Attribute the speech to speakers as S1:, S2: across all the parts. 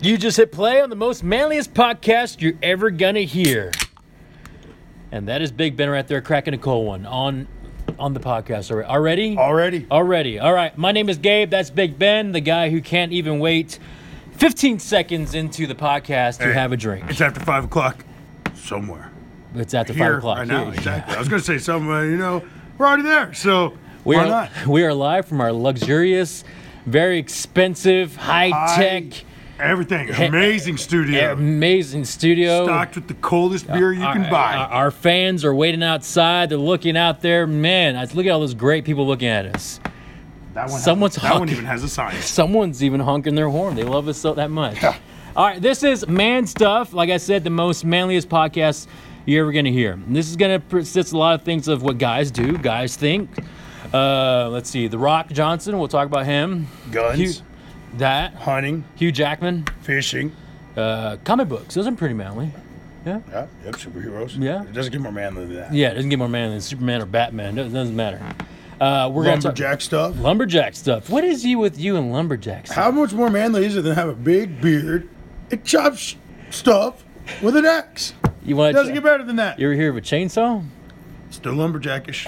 S1: You just hit play on the most manliest podcast you're ever gonna hear. And that is Big Ben right there cracking a cold one on on the podcast already. Already?
S2: Already.
S1: Already. All right. My name is Gabe. That's Big Ben, the guy who can't even wait 15 seconds into the podcast to
S2: Hey.
S1: have a drink.
S2: It's after five o'clock somewhere.
S1: It's after
S2: Here,
S1: five o'clock.
S2: Right
S1: Yeah.
S2: now, exactly. I was going to say somewhere, you know, we're already there. So
S1: We
S2: why
S1: are
S2: not?
S1: we are live from our luxurious, very expensive, high tech,
S2: I- everything. Amazing
S1: eh,
S2: studio.
S1: amazing studio.
S2: Stocked with the coldest beer you can
S1: our, Our,
S2: buy.
S1: our fans are waiting outside. They're looking out there. Man, I look at all those great people looking at us.
S2: That one,
S1: someone's
S2: that one
S1: honking.
S2: even has a sign.
S1: Someone's even honking their horn. They love us so that much. All right, this is Man Stuff. Like I said, the most manliest podcast you're ever going to hear. And This is going to persist a lot of things of what guys do, guys think. Uh, let's see, The Rock Johnson. We'll talk about him.
S2: Guns,
S1: Hugh, that
S2: hunting,
S1: Hugh Jackman.
S2: fishing.
S1: Uh, comic books. Those are pretty manly.
S2: Yeah, yep, superheroes.
S1: Yeah.
S2: It doesn't get more manly than that.
S1: Yeah, it doesn't get more manly than Superman or Batman. It doesn't matter. Uh, we're gonna talk-
S2: Lumberjack stuff.
S1: lumberjack stuff. What is you with you and lumberjack stuff?
S2: How much more manly is it than have a big beard and chop sh- stuff with an axe?
S1: You want
S2: Doesn't get
S1: to?
S2: better than that.
S1: You ever hear of a chainsaw?
S2: Still lumberjackish.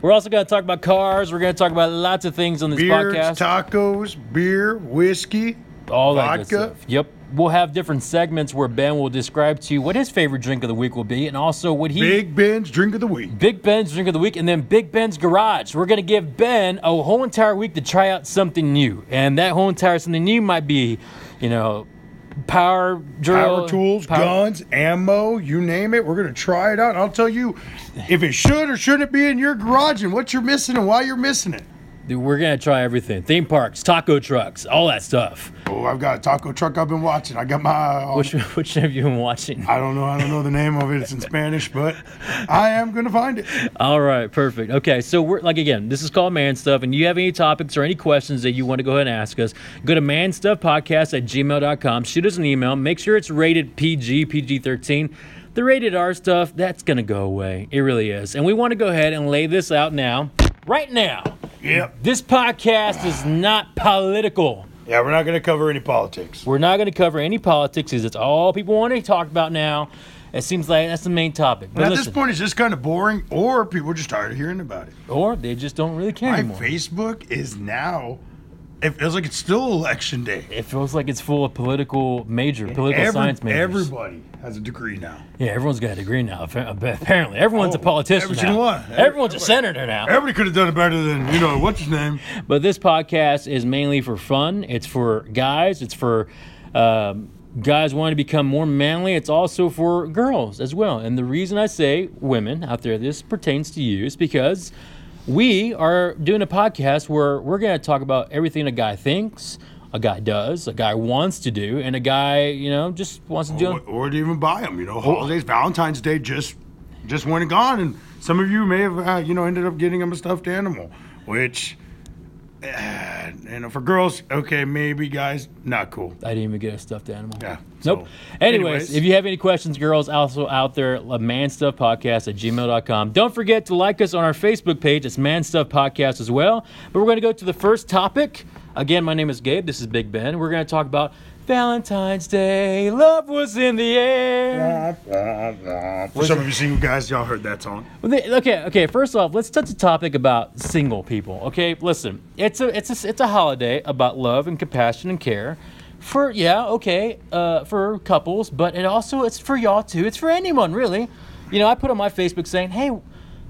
S1: We're also gonna talk about cars. We're gonna talk about lots of things on this
S2: Beers,
S1: podcast. E-
S2: tacos, beer, whiskey.
S1: all that good
S2: vodka.
S1: stuff. Yep. We'll have different segments where Ben will describe to you what his favorite drink of the week will be, and also what he
S2: Big Ben's drink of the week.
S1: Big Ben's drink of the week, and then Big Ben's garage. We're gonna give Ben a whole entire week to try out something new, and that whole entire something new might be, you know, power drill,
S2: Power tools,
S1: power-
S2: guns, ammo, you name it. We're going to try it out. And I'll tell you if it should or shouldn't be in your garage and what you're missing and why you're missing it.
S1: Dude, we're gonna try everything: theme parks, taco trucks, all that stuff.
S2: Oh, I've got a taco truck I've been watching. I got my. um,
S1: Which which have you been watching?
S2: I don't know. I don't know the name of it. It's in Spanish, but I am going to find it.
S1: All right, perfect. Okay, so we're like again, this is called Man Stuff, and you have any topics or any questions that you want to go ahead and ask us, go to manstuffpodcast at gmail.com, shoot us an email, make sure it's rated PG, PG 13. The rated R stuff, that's gonna go away. It really is. And we want to go ahead and lay this out now, right now.
S2: Yep.
S1: This podcast is not political.
S2: Yeah, we're not going to cover any politics.
S1: We're not gonna cover any politics, because it's all people want to talk about now. It seems like that's the main topic. But
S2: At
S1: listen,
S2: this point, it's just kind of boring, or people are just tired of hearing about it.
S1: or they just don't really care
S2: My
S1: anymore.
S2: Facebook is now. It feels like it's still election day.
S1: It feels like it's full of political major, political
S2: Every-
S1: science majors.
S2: everybody has a degree now.
S1: yeah, everyone's got a degree now. appa- Apparently, everyone's a
S2: Oh,
S1: politician
S2: every
S1: now.
S2: single one. Every-
S1: everyone's a senator now.
S2: Everybody could have done it better than you know what's his name.
S1: But this podcast is mainly for fun. It's for guys. It's for um, guys wanting to become more manly. It's also for girls as well. And the reason I say women out there, this pertains to you, is because we are doing a podcast where we're going to talk about everything a guy thinks. A guy does, a guy wants to do, and a guy, you know, just wants to do.
S2: Or, or to even buy them, you know, holidays, Valentine's Day just just went and gone, and some of you may have uh, you know ended up getting them a stuffed animal, which uh, you know for girls, okay, maybe guys, not cool.
S1: I didn't even get a stuffed animal.
S2: Yeah.
S1: Nope.
S2: so-
S1: anyways, if you have any questions, girls, also out there, uh, manstuffpodcast at gmail.com. Don't forget to like us on our Facebook page. It's Man Stuff Podcast as well. But we're going to go to the first topic. Again, my name is Gabe. This is Big Ben. We're going to talk about Valentine's Day. Love was in the air.
S2: For some of you single guys, y'all heard that song.
S1: Well, they- Okay, okay. First off, let's touch a topic about single people. Okay, listen, it's a it's a it's a holiday about love and compassion and care. For yeah, okay, uh, for couples, but it also it's for y'all too. It's for anyone really. You know, I put on my Facebook saying, hey,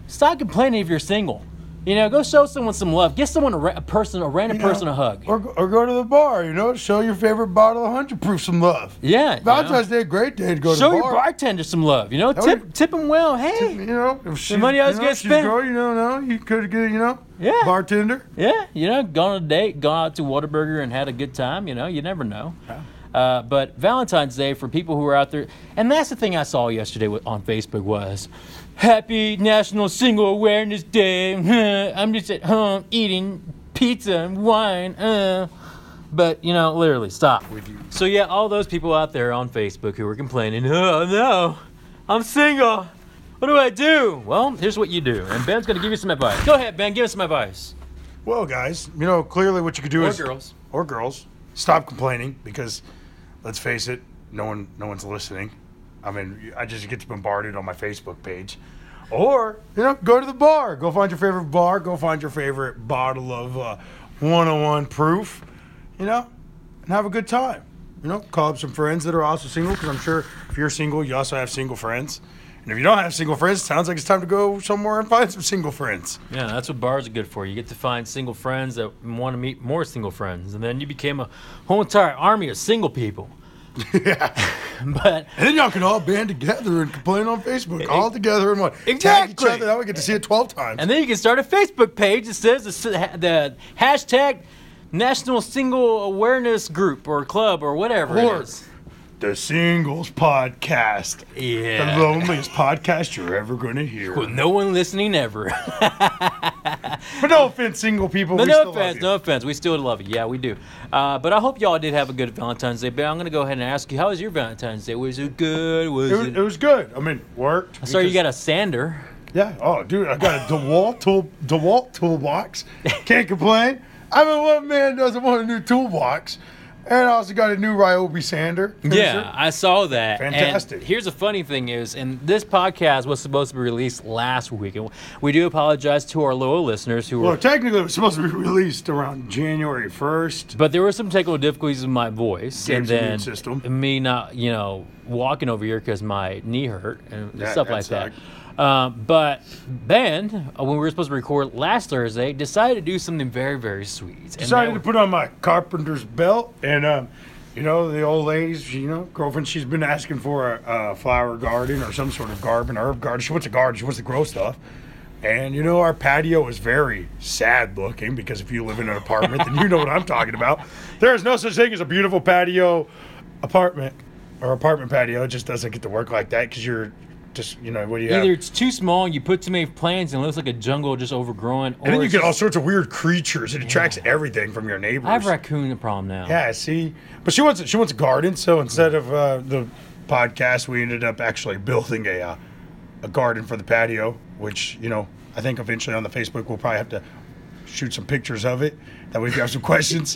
S1: stop complaining if you're single. You know, go show someone some love. Give someone a, ra- a person, a random person, a hug.
S2: Or, or go to the bar, you know, show your favorite bottle of 100 proof some love.
S1: Yeah, you know.
S2: Valentine's Day, great day to go
S1: Show
S2: to the
S1: your
S2: bar.
S1: bartender some love. You know,
S2: would-
S1: tip tip him well. Hey,
S2: You know, if she's,
S1: money I was
S2: you know,
S1: gonna
S2: if she's
S1: spend.
S2: Girl, you know, no, you could get, you know,
S1: Yeah.
S2: bartender.
S1: Yeah, you know, gone on a date, gone out to Whataburger and had a good time. You know, you never know. Uh, but Valentine's Day for people who are out there, and that's the thing I saw yesterday wa- on Facebook was, Happy National Single Awareness Day. I'm just at home eating pizza and wine. Uh. But you know, literally, stop. So yeah, all those people out there on Facebook who were complaining, oh no, I'm single. What do I do? Well, here's what you do, and Ben's gonna give you some advice. Go ahead, Ben, give us some advice.
S2: Well, guys, you know, clearly what you could do
S1: Or
S2: is
S1: girls.
S2: or girls. stop complaining because let's face it, no one no one's listening. I mean, I just get bombarded on my Facebook page. Or, you know, go to the bar. Go find your favorite bar. Go find your favorite bottle of uh, 101 proof, you know, and have a good time. You know, call up some friends that are also single because I'm sure if you're single, you also have single friends. And if you don't have single friends, it sounds like it's time to go somewhere and find some single friends.
S1: Yeah, that's what bars are good for. You get to find single friends that want to meet more single friends, and then you became a whole entire army of single people.
S2: yeah.
S1: But
S2: And then y'all can all band together and complain on Facebook all together and what? Tag
S1: E-, Exactly.
S2: each other. That way we get to see it 12 times.
S1: and then you can start a Facebook page that says the, the hashtag National Single Awareness Group or Club or whatever
S2: Or
S1: it is.
S2: the Singles Podcast.
S1: E, Yeah.
S2: The loneliest podcast you're ever going to hear.
S1: With no one listening ever.
S2: But no offense, single people.
S1: But
S2: we
S1: no
S2: still love
S1: offense,
S2: you.
S1: no offense. We still love you. Yeah, we do. Uh, but I hope y'all did have a good Valentine's Day. But I'm going to go ahead and ask you, how was your Valentine's Day? Was it good? Was
S2: It was,
S1: it?
S2: it was good. I mean, worked.
S1: Sorry, you
S2: because-
S1: got a sander.
S2: Yeah. Oh, dude, I got a DeWalt tool, DeWalt toolbox. Can't complain. I mean, what man doesn't want a new toolbox? And I also got a new Ryobi sander. finisher.
S1: Yeah, I saw that. And
S2: Fantastic.
S1: here's the funny thing is, and this podcast was supposed to be released last week, and we do apologize to our loyal listeners who
S2: Well,
S1: were.
S2: technically, it was supposed to be released around January first.
S1: But there were some technical difficulties with my voice, and
S2: Gabe's immune
S1: then
S2: system.
S1: me not, you know, walking over here because my knee hurt and
S2: That-
S1: stuff
S2: that
S1: like that. Um, but Ben, uh, when we were supposed to record last Thursday, decided to do something very, very sweet. And that
S2: Decided to
S1: was-
S2: put on my carpenter's belt, and um, you know the old ladies, she- you know, girlfriend. She's been asking for a, a flower garden or some sort of garden, herb garden. She wants a garden. She wants to grow stuff. And you know our patio is very sad looking because if you live in an apartment, then you know what I'm talking about. There is no such thing as a beautiful patio apartment or apartment patio. It just doesn't get to work like that because you're just you know what do you have?
S1: Either it's too small, you put too many plants, and it looks like a jungle just overgrown. Or
S2: and then you
S1: it's
S2: get all
S1: just-
S2: sorts of weird creatures. It attracts everything from your neighbors.
S1: I have raccoon problem now.
S2: Yeah, see, but she wants she wants a garden. So instead of uh, the podcast, we ended up actually building a uh, a garden for the patio, which you know I think eventually on the Facebook we'll probably have to shoot some pictures of it. That way, if you have some questions,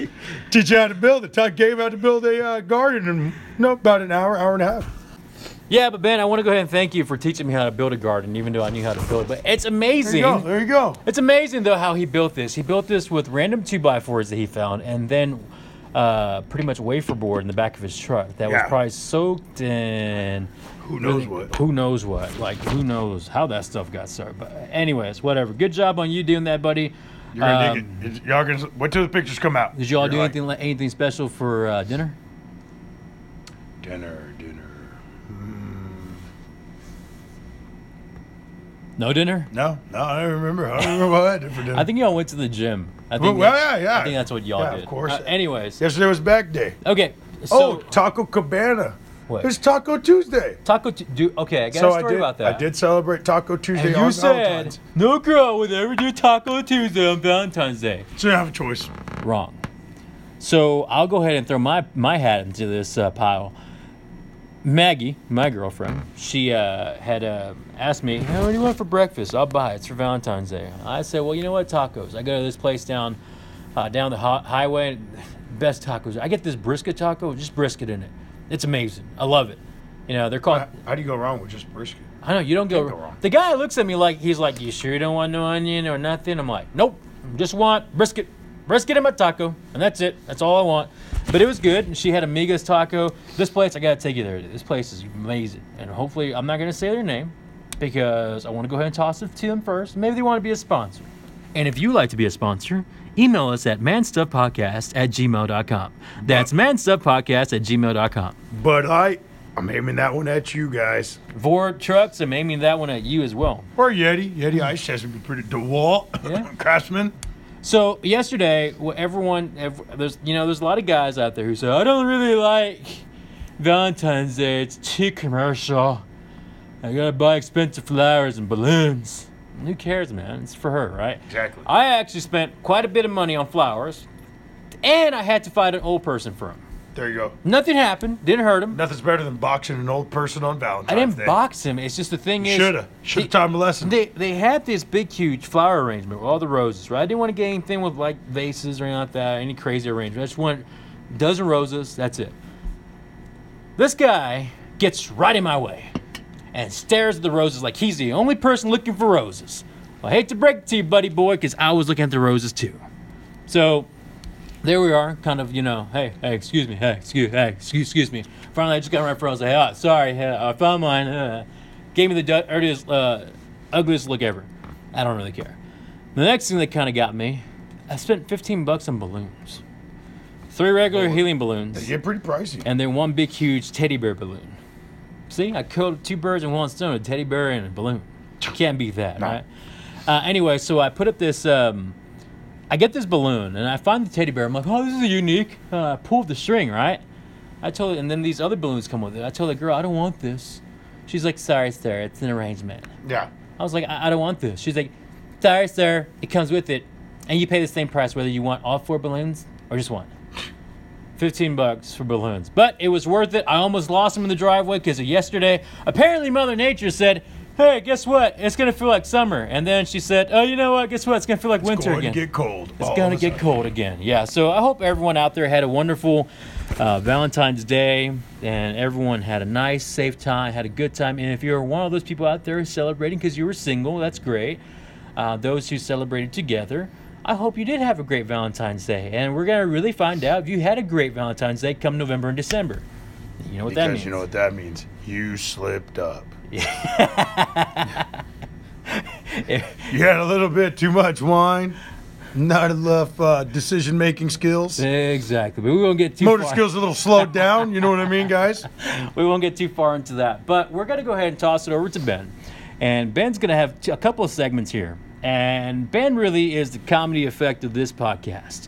S2: teach you how to build it. Taught Gabe how to build a uh, garden in you know, about an hour, hour and a half.
S1: Yeah, but Ben, I want to go ahead and thank you for teaching me how to build a garden, even though I knew how to build it. But it's
S2: There you
S1: amazing.
S2: go. There you go.
S1: It's amazing though how he built this. He built this with random two by fours that he found, and then uh, pretty much wafer board in the back of his truck that was
S2: Yeah.
S1: probably soaked in
S2: Who knows what?
S1: who knows what. Like who knows how that stuff got started. But anyways, whatever. Good job on you doing that, buddy.
S2: You're gonna
S1: Um,
S2: dig it. Y'all gonna wait till the pictures come out.
S1: Did y'all
S2: You're
S1: do
S2: like,
S1: anything anything special for uh, dinner?
S2: Dinner, dinner.
S1: No dinner.
S2: No, no, I don't remember. I don't remember what I did for dinner.
S1: I think y'all went to the gym. I think
S2: Well, well,
S1: that-
S2: yeah, yeah.
S1: I think that's what y'all
S2: Yeah, of
S1: did.
S2: course.
S1: Uh, anyways,
S2: Yesterday was back day.
S1: okay.
S2: Oh,
S1: So
S2: Taco Cabana.
S1: What?
S2: It's Taco Tuesday.
S1: taco. T- do okay. I got
S2: so
S1: a story
S2: I did,
S1: about that.
S2: I did celebrate Taco Tuesday
S1: And
S2: on
S1: you said
S2: Valentine's.
S1: no girl would ever do Taco Tuesday on Valentine's Day.
S2: So you have a choice.
S1: Wrong. So I'll go ahead and throw my my hat into this uh, pile. Maggie, my girlfriend, she uh, had uh, asked me, hey, "What do you want for breakfast?" I'll buy it. It's for Valentine's Day. I said, "Well, you know what? Tacos. I go to this place down uh, down the hi- highway. Best tacos. I get this brisket taco, with just brisket in it. It's amazing. I love it. You know, they're called
S2: How, how do you go wrong with just brisket?
S1: I know you don't go,
S2: go wrong.
S1: The guy looks at me like he's like, "You sure you don't want no onion or nothing?" I'm like, "Nope, just want brisket, brisket and my taco, and that's it. That's all I want." But it was good. And she had Amiga's taco. This place, I gotta take you there. This place is amazing, and hopefully, I'm not gonna say their name because I want to go ahead and toss it to them first. Maybe they want to be a sponsor. And if you like to be a sponsor, email us at manstuffpodcast at gmail.com. That's manstuffpodcast at gmail.com.
S2: But I, I'm aiming that one at you guys.
S1: Vord Trucks, I'm aiming that one at you as well.
S2: Or Yeti. Yeti Ice Chest would be pretty. DeWalt.
S1: Hmm. Yeah.
S2: Craftsman.
S1: So yesterday, wh- everyone, ev- there's you know, there's a lot of guys out there who say I don't really like Valentine's Day. It's too commercial. I gotta buy expensive flowers and balloons. Who cares, man? It's for her, right?
S2: Exactly.
S1: I actually spent quite a bit of money on flowers, and I had to fight an old person for him.
S2: There you go.
S1: Nothing happened. Didn't hurt him.
S2: Nothing's better than boxing an old person on Valentine's
S1: I didn't
S2: Day.
S1: box him. It's just the thing is,
S2: Shoulda. Shoulda
S1: the-
S2: taught him a lesson.
S1: They they had this big huge flower arrangement with all the roses, right? I didn't want to get anything with like vases or anything like that, any crazy arrangement. I just want dozen roses, that's it. This guy gets right in my way and stares at the roses like he's the only person looking for roses. Well, I hate to break it to you, buddy boy, because I was looking at the roses too. So there we are, kind of, you know, hey, hey, excuse me, hey, excuse, hey, excuse, excuse me. Finally, I just got right in front. I was like, oh, sorry, uh, I found mine. Uh, gave me the du- dirtiest, uh, ugliest look ever. I don't really care. The next thing that kind of got me, I spent 15 bucks on balloons. Three regular helium
S2: They
S1: balloons,
S2: get pretty pricey.
S1: and then one big, huge teddy bear balloon. See, I killed two birds in one stone, a teddy bear and a balloon. Can't beat that,
S2: No.
S1: right? Uh, anyway, so I put up this, um, I get this balloon and I find the teddy bear. I'm like, oh, this is unique. Uh, I pulled the string, right? I told, and then these other balloons come with it. I told the girl, I don't want this. She's like, sorry, sir, it's an arrangement.
S2: yeah.
S1: I was like, I, I don't want this. She's like, sorry, sir, it comes with it, and you pay the same price whether you want all four balloons or just one. Fifteen bucks for balloons, but it was worth it. I almost lost them in the driveway because yesterday, apparently, Mother Nature said, "Hey, guess what? It's gonna feel like summer." And then she said, "Oh, you know what? Guess what? It's gonna feel like
S2: It's
S1: winter
S2: going
S1: again."
S2: to get cold.
S1: It's gonna get cold again. Yeah. So I hope everyone out there had a wonderful uh, Valentine's Day, and everyone had a nice, safe time, had a good time. And if you're one of those people out there celebrating because you were single, that's great. Uh, those who celebrated together, I hope you did have a great Valentine's Day. And we're gonna really find out if you had a great Valentine's Day come November and December. You know what that
S2: Because
S1: means.
S2: you know what that means. You slipped up. You had a little bit too much wine, not enough uh, decision making skills.
S1: exactly. But we won't get too
S2: Motor
S1: far.
S2: skills a little slowed down. You know what I mean, guys?
S1: we won't get too far into that. But we're going to go ahead and toss it over to Ben. And Ben's going to have t- a couple of segments here. And Ben really is the comedy effect of this podcast.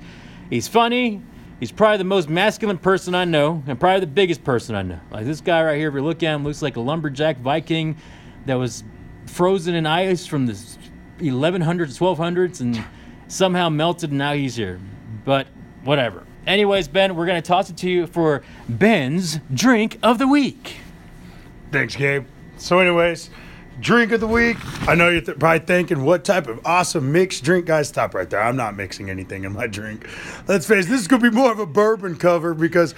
S1: He's funny. He's probably the most masculine person I know and probably the biggest person I know. Like this guy right here, if you look at him, looks like a lumberjack Viking that was frozen in ice from the s- 1100s, 1200s, and somehow melted. And now he's here. But whatever. Anyways, Ben, we're going to toss it to you for Ben's drink of the week.
S2: Thanks, Gabe. So, anyways, drink of the week. I know you're th- probably thinking, what type of awesome mixed drink? Guys, stop right there. I'm not mixing anything in my drink. Let's face it, this is going to be more of a bourbon cover because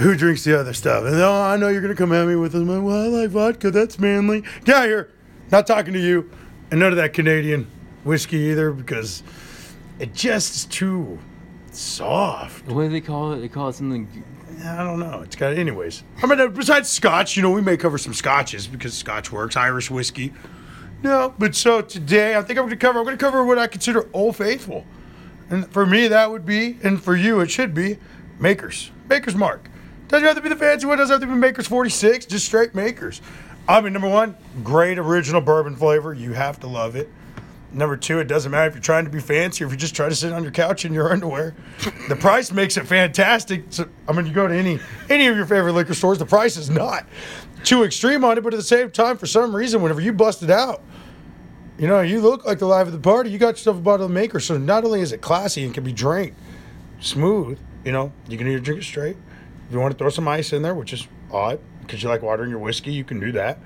S2: who drinks the other stuff? And oh, I know you're going to come at me with, well, I like vodka. That's manly. Get out of here. Not talking to you. And none of that Canadian whiskey either because it just is too soft.
S1: What do they call it? They call it something.
S2: I don't know. It's got, anyways. I mean, uh, besides Scotch, you know, we may cover some Scotches because Scotch works, Irish whiskey. No, but so today, I think I'm going to cover. I'm going to cover what I consider Old Faithful, and for me that would be, and for you it should be, Makers, Makers Mark. Doesn't have to be the fancy one. Doesn't have to be Makers 46. Just straight Makers. I mean, number one, great original bourbon flavor. You have to love it. Number two, it doesn't matter if you're trying to be fancy or if you're just trying to sit on your couch in your underwear. The price makes it fantastic. So, I mean, you go to any any of your favorite liquor stores, the price is not too extreme on it, but at the same time, for some reason, whenever you bust it out, you know, you look like the life of the party. You got yourself a bottle of Maker, so not only is it classy and can be drank smooth, you know, you can either drink it straight. If you want to throw some ice in there, which is odd because you like water in your whiskey, you can do that.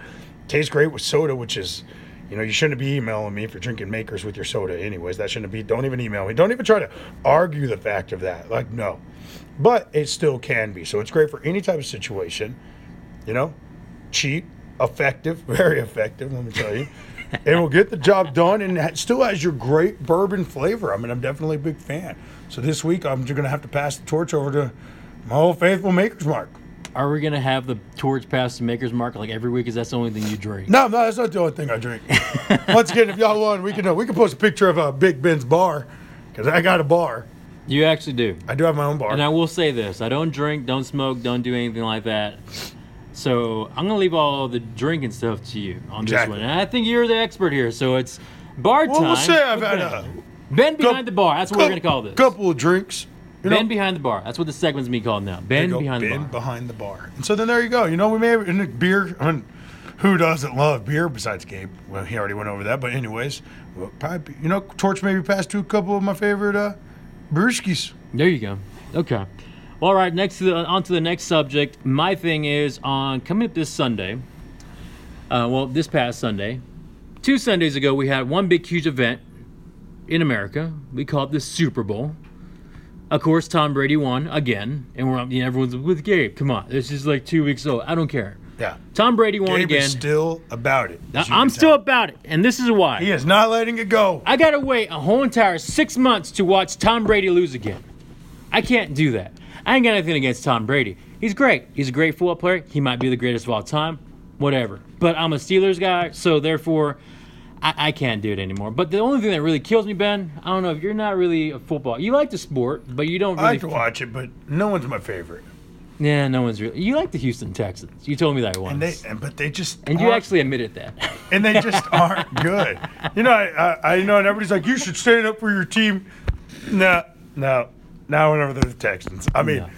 S2: Tastes great with soda, which is, you know, you shouldn't be emailing me if you're drinking Makers with your soda. Anyways, that shouldn't be. Don't even email me. Don't even try to argue the fact of that. Like, no. But it still can be. So it's great for any type of situation you know, cheap, effective, very effective, let me tell you. and will get the job done and it still has your great bourbon flavor. I mean, I'm definitely a big fan. So this week, I'm just going to have to pass the torch over to my old faithful Maker's Mark.
S1: Are we gonna have the torch pass to Maker's Mark like every week? Is that's the only thing you drink?
S2: No, no, that's not the only thing I drink. Once again, if y'all want, we can uh, we can post a picture of uh, Big Ben's bar because I got a bar.
S1: You actually do.
S2: I do have my own bar.
S1: And I will say this: I don't drink, don't smoke, don't do anything like that. So I'm gonna leave all the drinking stuff to you on
S2: Exactly.
S1: this one. And I think you're the expert here, so it's bar
S2: well,
S1: time.
S2: we'll say I've
S1: with
S2: had
S1: Ben.
S2: a
S1: Ben behind
S2: coup-
S1: the bar. That's what we're gonna call this.
S2: couple of drinks. You know?
S1: ben behind the bar. That's what the segment's being called now. Ben
S2: go,
S1: behind the
S2: bin
S1: bar.
S2: behind the bar. And so then there you go. You know, we may have and the beer. I mean, who doesn't love beer besides Gabe? Well, he already went over that. But anyways, well, probably, you know, Torch maybe passed to a couple of my favorite uh, brewskis.
S1: There you go. Okay. Well, all right. Next to the, on to the next subject. My thing is on coming up this Sunday. Uh, well, this past Sunday, two Sundays ago, we had one big huge event in America. We called it the Super Bowl. Of course, Tom Brady won again, and we're you know, everyone's with Gabe. Come on, this is like two weeks old. I don't care.
S2: Yeah.
S1: Tom Brady won
S2: Gabe
S1: again.
S2: is still about it.
S1: I-
S2: as you
S1: I'm
S2: can
S1: still
S2: tell.
S1: about it, and this is why.
S2: He is not letting it go.
S1: I gotta wait a whole entire six months to watch Tom Brady lose again. I can't do that. I ain't got anything against Tom Brady. He's great. He's a great football player. He might be the greatest of all time. Whatever. But I'm a Steelers guy, so therefore, I, I can't do it anymore. But the only thing that really kills me, Ben, I don't know if you're not really a football. You like the sport, but you don't
S2: I
S1: really.
S2: like to watch it, but no one's my favorite.
S1: Yeah, no one's really. You like the Houston Texans. You told me that once.
S2: And they, and, but they just
S1: And you
S2: aren't-
S1: actually admitted that.
S2: and they just aren't good. You know, I, I, I know, and everybody's like, you should stand up for your team. No, no, not whenever they're the Texans. I mean,
S1: No.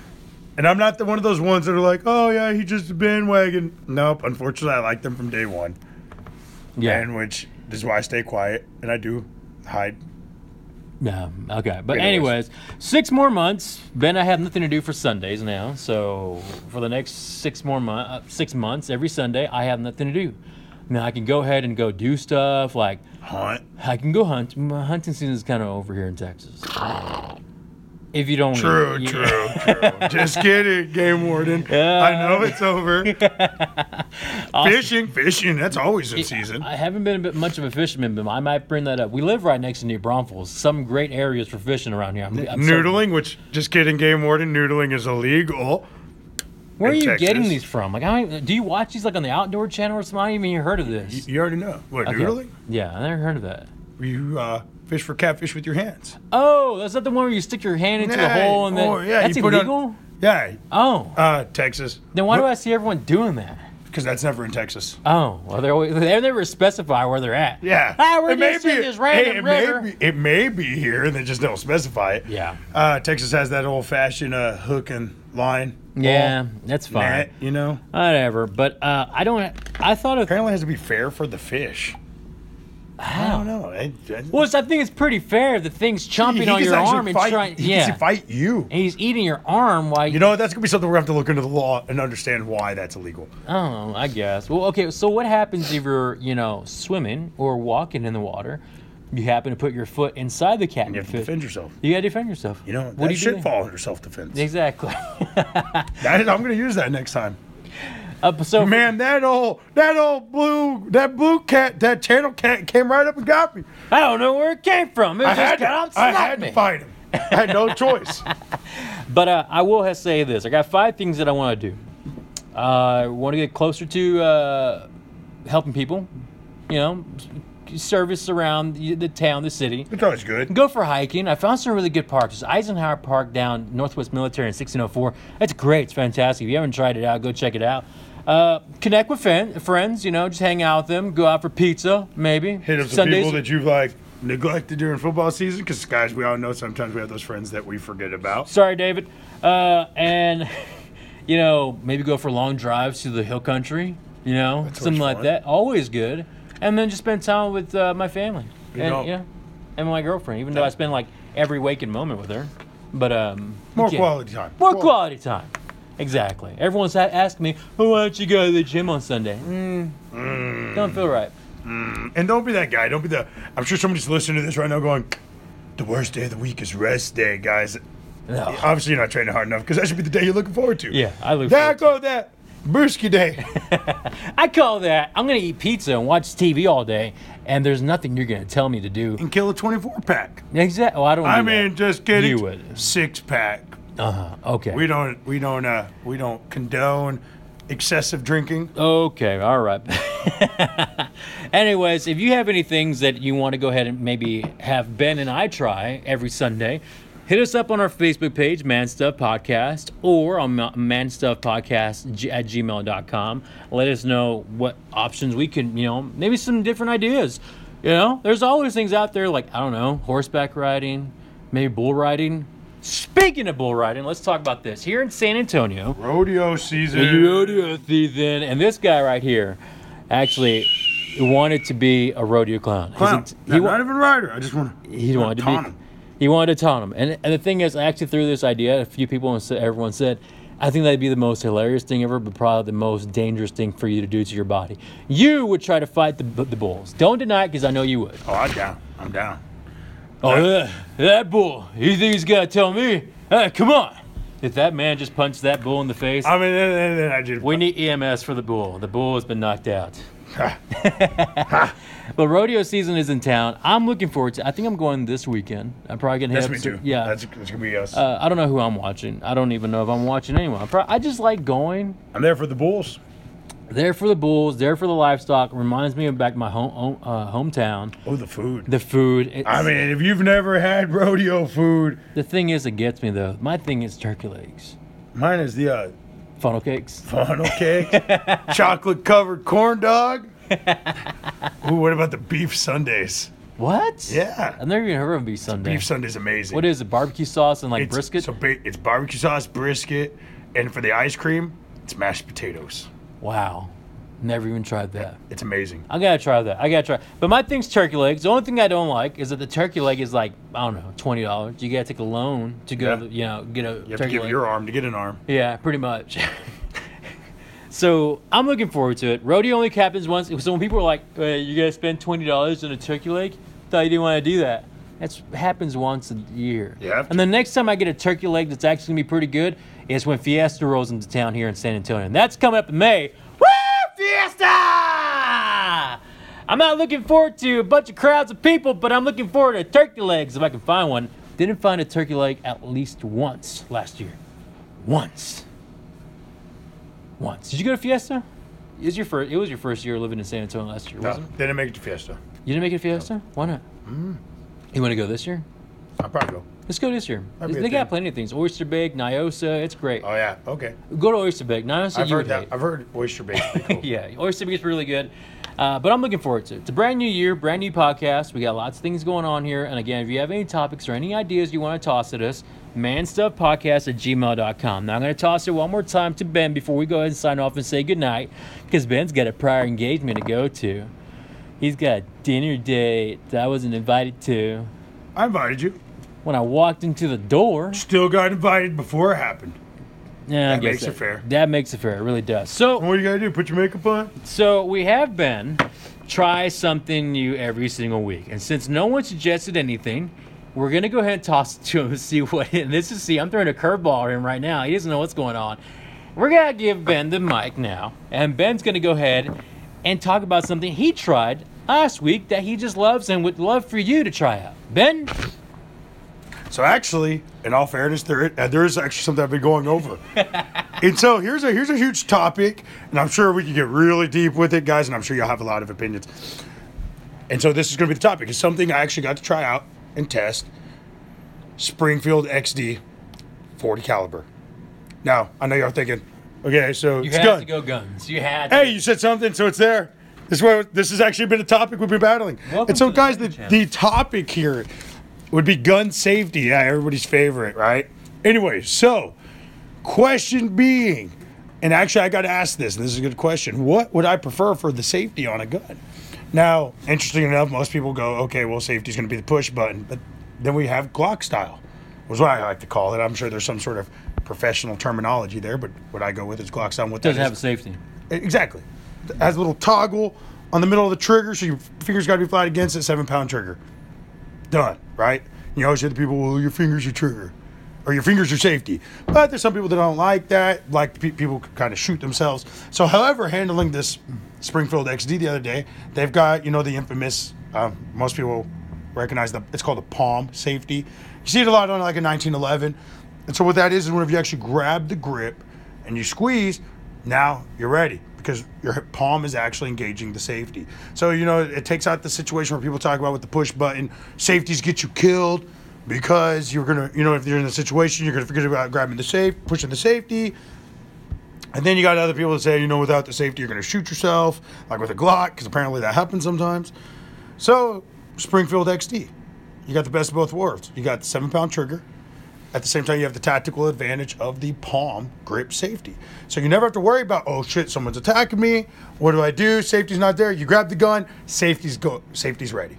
S2: and I'm not the, one of those ones that are like, oh yeah, he just a bandwagon. Nope. Unfortunately, I like them from day one,
S1: yeah.
S2: and which is why I stay quiet and I do hide.
S1: No, okay. But anyways,
S2: Anyways.
S1: six more months. Ben, I have nothing to do for Sundays now. So for the next six more month, uh, six months, every Sunday, I have nothing to do. Now I can go ahead and go do stuff like
S2: Hunt.
S1: I can go hunt. My hunting season is kind of over here in Texas. If you don't,
S2: True,
S1: you-
S2: true, true. Just kidding, game warden. I know it's over. Fishing, fishing. That's always in season.
S1: I haven't been a bit much of a fisherman, but I might bring that up. We live right next to New Braunfels. Some great areas for fishing around here. I'm, I'm certain.
S2: Noodling, which just kidding, game warden. Noodling is illegal.
S1: Where are
S2: in
S1: you
S2: Texas.
S1: getting these from? Like, I don't, do you watch these like on the Outdoor Channel or something? I haven't even heard of
S2: You,
S1: this.
S2: you already know. What,
S1: Okay.
S2: noodling?
S1: Yeah, I never heard of that.
S2: You uh, fish for catfish with your hands.
S1: Oh, that's not the one where you stick your hand into a
S2: Yeah,
S1: hole and then
S2: or, Oh, yeah,
S1: that's
S2: you put on-
S1: illegal.
S2: Yeah.
S1: oh,
S2: Uh, Texas.
S1: then why do I see everyone doing that?
S2: Because that's never in Texas.
S1: Oh, well, they're always, they never specify where they're at.
S2: Yeah.
S1: ah, we're
S2: It may
S1: just in
S2: be-
S1: this
S2: hey,
S1: random
S2: it may
S1: river.
S2: be- It may be here, and they just don't specify it.
S1: Yeah.
S2: Uh, Texas has that old fashioned uh, hook and line.
S1: Yeah, that's
S2: ball,
S1: fine.
S2: net, you know?
S1: Whatever. But uh, I don't. I thought of.
S2: Apparently, it has to be fair for the fish. I don't know. I, I,
S1: oh. Well, it's- I think it's pretty fair that thing's chomping
S2: he
S1: on
S2: can
S1: your
S2: actually
S1: arm and
S2: fight-
S1: trying.
S2: He can
S1: Yeah,
S2: fight you.
S1: and he's eating your arm while
S2: You know, that's going to be something we're going to have to look into the law and understand why that's illegal.
S1: Oh, I guess. Well, okay. So what happens if you're, you know, swimming or walking in the water? You happen to put your foot inside the cat.
S2: You have to defend yourself.
S1: You gotta defend yourself.
S2: You know,
S1: what
S2: that
S1: do you
S2: should
S1: do?
S2: fall under self defense.
S1: Exactly.
S2: That is, I'm going to use that next time.
S1: uh, so
S2: Man, that old that old blue that blue cat that channel cat came right up and got me.
S1: I don't know where it came from. It
S2: I
S1: just
S2: had,
S1: got on
S2: to, I had to
S1: me.
S2: fight him. I had no choice.
S1: But uh, I will ha- say this: I got five things that I want to do. Uh, I want to get closer to uh, helping people. You know, s- service around the the town, the city.
S2: It's always good.
S1: Go for hiking. I found some really good parks. There's Eisenhower Park down Northwest Military in 1604. It's great. It's fantastic. If you haven't tried it out, go check it out. Uh, connect with fan- friends. You know, just hang out with them. Go out for pizza, maybe.
S2: Hit up some people that you've like neglected during football season because guys, we all know sometimes we have those friends that we forget about.
S1: Sorry, David. Uh, and you know, maybe go for long drives to the hill country. You know, something
S2: always
S1: like
S2: fun.
S1: that. Always good. And then just spend time with uh, my family
S2: You
S1: and
S2: know-
S1: yeah, and my girlfriend. Even though I spend like every waking moment with her, but um, you
S2: More
S1: can't-
S2: quality time.
S1: More quality time. Exactly. Everyone's a- asked me, "Oh, why don't you go to the gym on Sunday? Mm, Don't feel right.
S2: And don't be that guy. Don't be the. I'm sure somebody's listening to this right now going, the worst day of the week is rest day, guys.
S1: No.
S2: Obviously, you're not training hard enough because that should be the day you're looking forward to.
S1: Yeah, I look
S2: There
S1: forward
S2: go that brisky day.
S1: I call that I'm going to eat pizza and watch TV all day, and there's nothing you're going to tell me to do.
S2: and kill a 24 pack.
S1: Exactly. Well, I don't.
S2: I
S1: do that.
S2: mean, just kidding.
S1: You would.
S2: Six pack.
S1: Uh-huh. Okay.
S2: We don't. We don't. Uh, we don't condone excessive drinking.
S1: okay. All right. Anyways, if you have any things that you want to go ahead and maybe have Ben and I try every Sunday, hit us up on our Facebook page, Man Stuff Podcast, or on ma- manstuffpodcast g- at gmail.com. Let us know what options we can, you know, maybe some different ideas. You know, there's always things out there like, I don't know, horseback riding, maybe bull riding. Speaking of bull riding, let's talk about this. Here in San Antonio,
S2: Rodeo season.
S1: rodeo season. And this guy right here actually wanted to be a rodeo clown. He's a-
S2: Clown.
S1: he,
S2: not,
S1: wa-
S2: not even rider. I just want to.
S1: he wanted to
S2: taunt
S1: be.
S2: him.
S1: He wanted to taunt him. And, and the thing is, I actually threw this idea. A few people and sa- everyone said, I think that'd be the most hilarious thing ever, but probably the most dangerous thing for you to do to your body. You would try to fight the, bu- the bulls. Don't deny it, because I know you would.
S2: Oh, I'm down. I'm down.
S1: Oh, that, that bull. You think he's gonna tell me Hey, come on! If that man just punched that bull in the face,
S2: I mean, and, and- and I just
S1: we need EMS for the bull. The bull has been knocked out. but rodeo season is in town. I'm looking forward to. I think I'm going this weekend. I'm probably gonna.
S2: that's
S1: have
S2: me
S1: some-
S2: too.
S1: Yeah,
S2: that's, that's gonna be us.
S1: uh, I don't know who I'm watching. I don't even know if I'm watching anyone. I'm pro- I just like going
S2: I'm there for the Bulls.
S1: there for the bulls, there for the livestock. Reminds me of back my home, home uh, hometown.
S2: Oh, the food.
S1: The food. It's,
S2: I mean, if you've never had rodeo food,
S1: the thing is, it gets me though. My thing is turkey legs,
S2: mine is the uh,
S1: funnel cakes.
S2: funnel cake, chocolate covered corn dog. Ooh, what about the beef sundaes?
S1: What?
S2: Yeah.
S1: I've never even heard of beef sundae.
S2: Beef sundae's amazing.
S1: What is it? Barbecue sauce and like
S2: it's,
S1: brisket.
S2: So ba- it's barbecue sauce, brisket, and for the ice cream, it's mashed potatoes.
S1: wow, never even tried that.
S2: It's amazing.
S1: I gotta try that. I gotta try. But my thing's turkey legs. The only thing I don't like is that the turkey leg is like I don't know, twenty dollars. You gotta take a loan to go,
S2: Yeah.
S1: to, you know, get a
S2: You have to
S1: turkey
S2: give
S1: leg.
S2: your arm to get an arm.
S1: Yeah, pretty much. so I'm looking forward to it. Rodeo only happens once. So when people are like, hey, "You gotta spend twenty dollars on a turkey leg," thought you didn't want to do that. That's happens once a year.
S2: You have to.
S1: And the next time I get a turkey leg that's actually gonna be pretty good is when Fiesta rolls into town here in San Antonio, and that's coming up in May. Woo, Fiesta! I'm not looking forward to a bunch of crowds of people, but I'm looking forward to turkey legs if I can find one. Didn't find a turkey leg at least once last year. Once. Once. Did you go to Fiesta? It was your first. It was your first year living in San Antonio last year,
S2: No,
S1: wasn't it?
S2: didn't make it to Fiesta.
S1: You didn't make it to Fiesta. Why not?
S2: Mm.
S1: You want to go this year?
S2: I'll probably go.
S1: Let's go this year.
S2: That'd be a
S1: they got
S2: thing.
S1: plenty of things. Oyster Big, Nyosa. It's great.
S2: Oh yeah. Okay.
S1: Go to Oyster Big. Nyosa.
S2: I've
S1: you
S2: heard
S1: would
S2: that.
S1: hate.
S2: I've heard oyster bait. is pretty cool.
S1: yeah, Oyster Big is really good. Uh, but I'm looking forward to it. It's a brand new year, brand new podcast. We got lots of things going on here. And again, if you have any topics or any ideas you want to toss at us, manstuffpodcast at gmail.com. Now, I'm going to toss it one more time to Ben before we go ahead and sign off and say goodnight because Ben's got a prior engagement to go to. He's got a dinner date that I wasn't invited to.
S2: I invited you.
S1: When I walked into the door,
S2: Still got invited before it happened.
S1: yeah, I
S2: That
S1: guess
S2: makes it fair.
S1: That makes it fair. It really does. So,
S2: What do you gotta do? Put your makeup on?
S1: So we have been try something new every single week, and since no one suggested anything, we're gonna go ahead and toss it to him and see what. And this is see, I'm throwing a curveball at him right now. He doesn't know what's going on. We're gonna give Ben the mic now, and Ben's gonna go ahead and talk about something he tried last week that he just loves and would love for you to try out. Ben,
S2: So actually, in all fairness, there uh, there is actually something I've been going over. and so here's a here's a huge topic, and I'm sure we can get really deep with it, guys, and I'm sure you'll have a lot of opinions. And so this is gonna be the topic. It's something I actually got to try out and test. Springfield XD 40 caliber. Now, I know y'all thinking, okay, so
S1: you
S2: it's
S1: had
S2: gun.
S1: to go guns. You had.
S2: hey, you said something, so it's there. This way, this has actually been a topic we've been battling.
S1: Welcome
S2: and so,
S1: to the
S2: guys, the,
S1: Gun
S2: the topic here would be gun safety. Yeah, everybody's favorite, right? Anyway, so question being, and actually, I got to ask this, and this is a good question. What would I prefer for the safety on a gun? Now, interesting enough, most people go, okay, well, safety's going to be the push button, but then we have Glock style, was what I like to call it. I'm sure there's some sort of professional terminology there, but what I go with is Glock style. and What that
S1: doesn't have a
S2: is-
S1: safety.
S2: Exactly. It has a little toggle on the middle of the trigger, so your fingers got to be flat against it. Seven pound trigger. Done. Right. You always hear the people, well, your fingers are trigger, or your fingers are safety. But there's some people that don't like that. Like pe- people kind of shoot themselves. So, however, handling this Springfield XD the other day, they've got you know the infamous. Um, most people recognize the. It's called the palm safety. You see it a lot on like a 1911. And so what that is is whenever you actually grab the grip and you squeeze, now you're ready because your palm is actually engaging the safety. So, you know, it takes out the situation where people talk about with the push button, safeties get you killed because you're going to, you know, if you're in a situation, you're going to forget about grabbing the safe, pushing the safety. And then you got other people that say, you know, without the safety, you're going to shoot yourself, like with a Glock, because apparently that happens sometimes. So, Springfield XD, you got the best of both worlds. You got the seven pound trigger, at the same time, you have the tactical advantage of the palm grip safety. So you never have to worry about, oh shit, someone's attacking me. What do I do? Safety's not there. You grab the gun, safety's go safety's ready.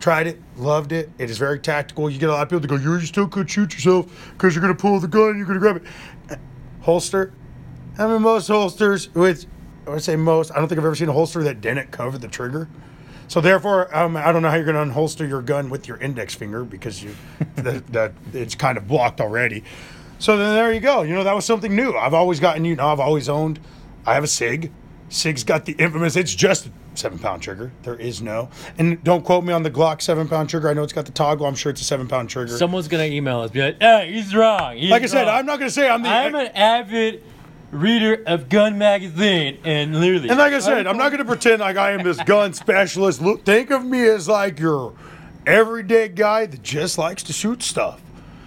S2: Tried it, loved it. It is very tactical. You get a lot of people to go, you still could shoot yourself because you're gonna pull the gun, you're gonna grab it. Holster. I mean most holsters with I would say most, I don't think I've ever seen a holster that didn't cover the trigger. So therefore, um, I don't know how you're going to unholster your gun with your index finger because you, the, the, it's kind of blocked already. So then there you go. You know that was something new. I've always gotten. You know, I've always owned. I have a Sig. Sig's got the infamous. It's just a seven pound trigger. There is no. And don't quote me on the Glock seven pound trigger. I know it's got the toggle. I'm sure it's a seven pound trigger.
S1: Someone's gonna email us, be like, "Hey, he's wrong." he's
S2: like I said,
S1: wrong."
S2: I'm not going to say I'm the.
S1: I'm an avid reader of Gun magazine, and literally,
S2: And like I said, I'm not going to pretend like I am this gun specialist. Look, think of me as like your everyday guy that just likes to shoot stuff.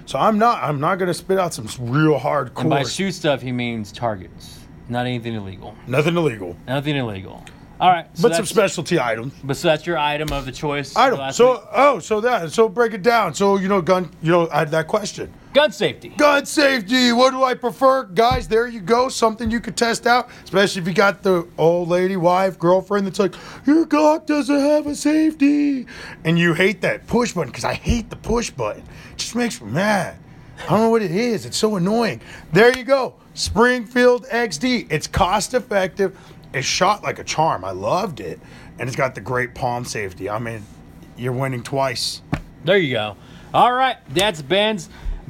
S2: So I'm not. I'm not going to spit out some real
S1: and by
S2: hardcore.
S1: shoot stuff he means targets, not anything illegal.
S2: nothing illegal,
S1: Nothing illegal. All right, so
S2: but some
S1: that's,
S2: specialty items.
S1: but so that's your item of the choice.
S2: Item.
S1: last
S2: So
S1: week.
S2: oh, so that. So break it down. So you know, gun. You know, I had that question.
S1: gun safety.
S2: Gun safety. What do I prefer, guys? There you go. Something you could test out, especially if you got the old lady, wife, girlfriend that's like, your Glock doesn't have a safety, and you hate that push button because I hate the push button. It just makes me mad. I don't know what it is. It's so annoying. There you go. Springfield XD. It's cost effective. It's shot like a charm. I loved it, and it's got the great palm safety. I mean, you're winning twice.
S1: There you go. All right, that's Ben's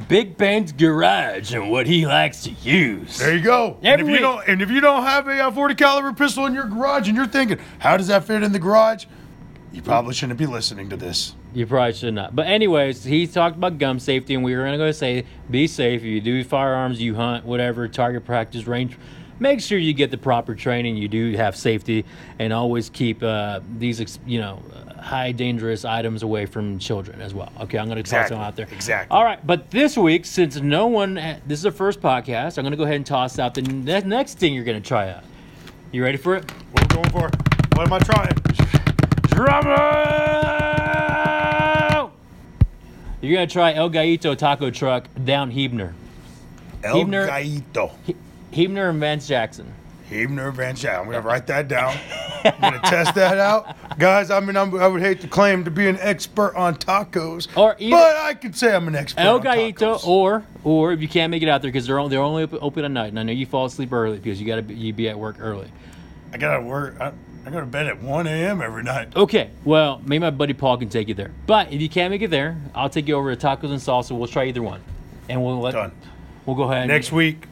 S1: Big Ben's garage and what he likes to use.
S2: There you go. and
S1: Every
S2: if you
S1: week.
S2: don't, and if you don't have a uh, 40 caliber pistol in your garage, and you're thinking, how does that fit in the garage? You probably shouldn't be listening to this.
S1: You probably should not. But anyways, he talked about gun safety, and we were gonna go say, be safe. If you do firearms, you hunt, whatever, target practice, range. Make sure you get the proper training. You do have safety, and always keep uh, these, ex- you know, uh, high dangerous items away from children as well. Okay, I'm gonna toss
S2: Exactly,
S1: them out there.
S2: exactly.
S1: All right, but this week, since no one, this is the first podcast, I'm gonna go ahead and toss out the ne- next thing you're gonna try out. You ready for it?
S2: What are we going for? What am I trying?
S1: Drummer! You're gonna try El Gaito Taco Truck down Hebner.
S2: El
S1: Hebner-
S2: Gaito.
S1: He- Hebner and Vance Jackson.
S2: Hebner Van Schaal. I'm gonna write that down. I'm gonna test that out, guys. I mean, I'm, I would hate to claim to be an expert on tacos,
S1: Or either-
S2: but I could say I'm an expert.
S1: El
S2: on
S1: Gaito,
S2: tacos.
S1: or or if you can't make it out there because they're only they're only open, open at night, and I know you fall asleep early because you gotta be, you be at work early.
S2: I gotta work. I, I go to bed at 1 a.m. every night.
S1: Okay, well maybe my buddy Paul can take you there, but if you can't make it there, I'll take you over to Tacos and Salsa. We'll try either one, and we'll let
S2: Done.
S1: we'll go ahead
S2: Next week,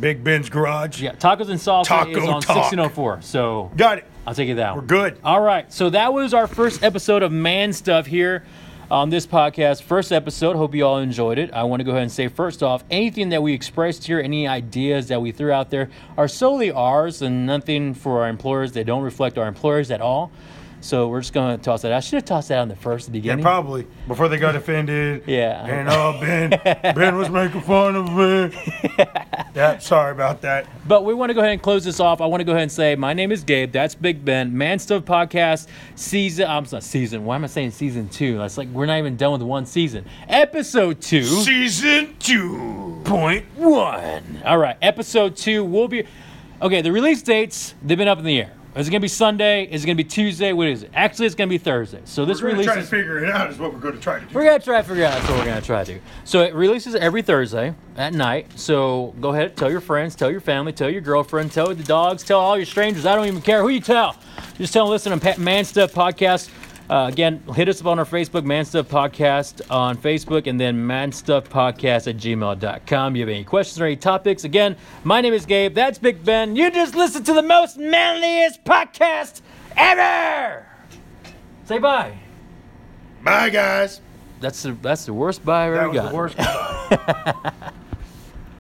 S2: Big Ben's garage.
S1: Yeah, Tacos and Salsa
S2: Taco
S1: is on
S2: Talk.
S1: 1604. So
S2: Got it.
S1: I'll take it that
S2: We're
S1: one.
S2: good.
S1: All right. So that was our first episode of Man Stuff here on this podcast. First episode. Hope you all enjoyed it. I want to go ahead and say, first off, anything that we expressed here, any ideas that we threw out there are solely ours and nothing for our employers. They don't reflect our employers at all. So we're just going to toss that. I should have tossed that on the first
S2: Yeah,
S1: beginning.
S2: probably before they got offended.
S1: Yeah.
S2: and oh, Ben, Ben was making fun of me. yeah, sorry about that.
S1: But we want to go ahead and close this off. I want to go ahead and say, my name is Gabe. That's Big Ben. Man Stuff Podcast season. I'm not season. Why am I saying season two? That's like we're not even done with one season. Episode two.
S2: Season two point one.
S1: All right, episode two will be. Okay, the release dates they've been up in the air. Is it gonna be Sunday? Is it gonna be Tuesday? What is it? Actually, it's gonna be Thursday. So this
S2: We're gonna
S1: release.
S2: try to figure it out. Is what we're gonna try to do.
S1: We're gonna try to figure out. That's what we're gonna try to. do. So it releases every Thursday at night. So go ahead, tell your friends, tell your family, tell your girlfriend, tell the dogs, tell all your strangers. I don't even care who you tell. Just tell them listen to Pa- Man Stuff Podcast. Uh, again, hit us up on our Facebook, Man Stuff Podcast on Facebook, and then manstuffpodcast at gmail.com. You have any questions or any topics? Again, my name is Gabe. That's Big Ben. You just listened to the most manliest podcast ever. Say bye.
S2: Bye, guys.
S1: That's the that's the worst buy I've ever
S2: That was
S1: gotten.
S2: the worst.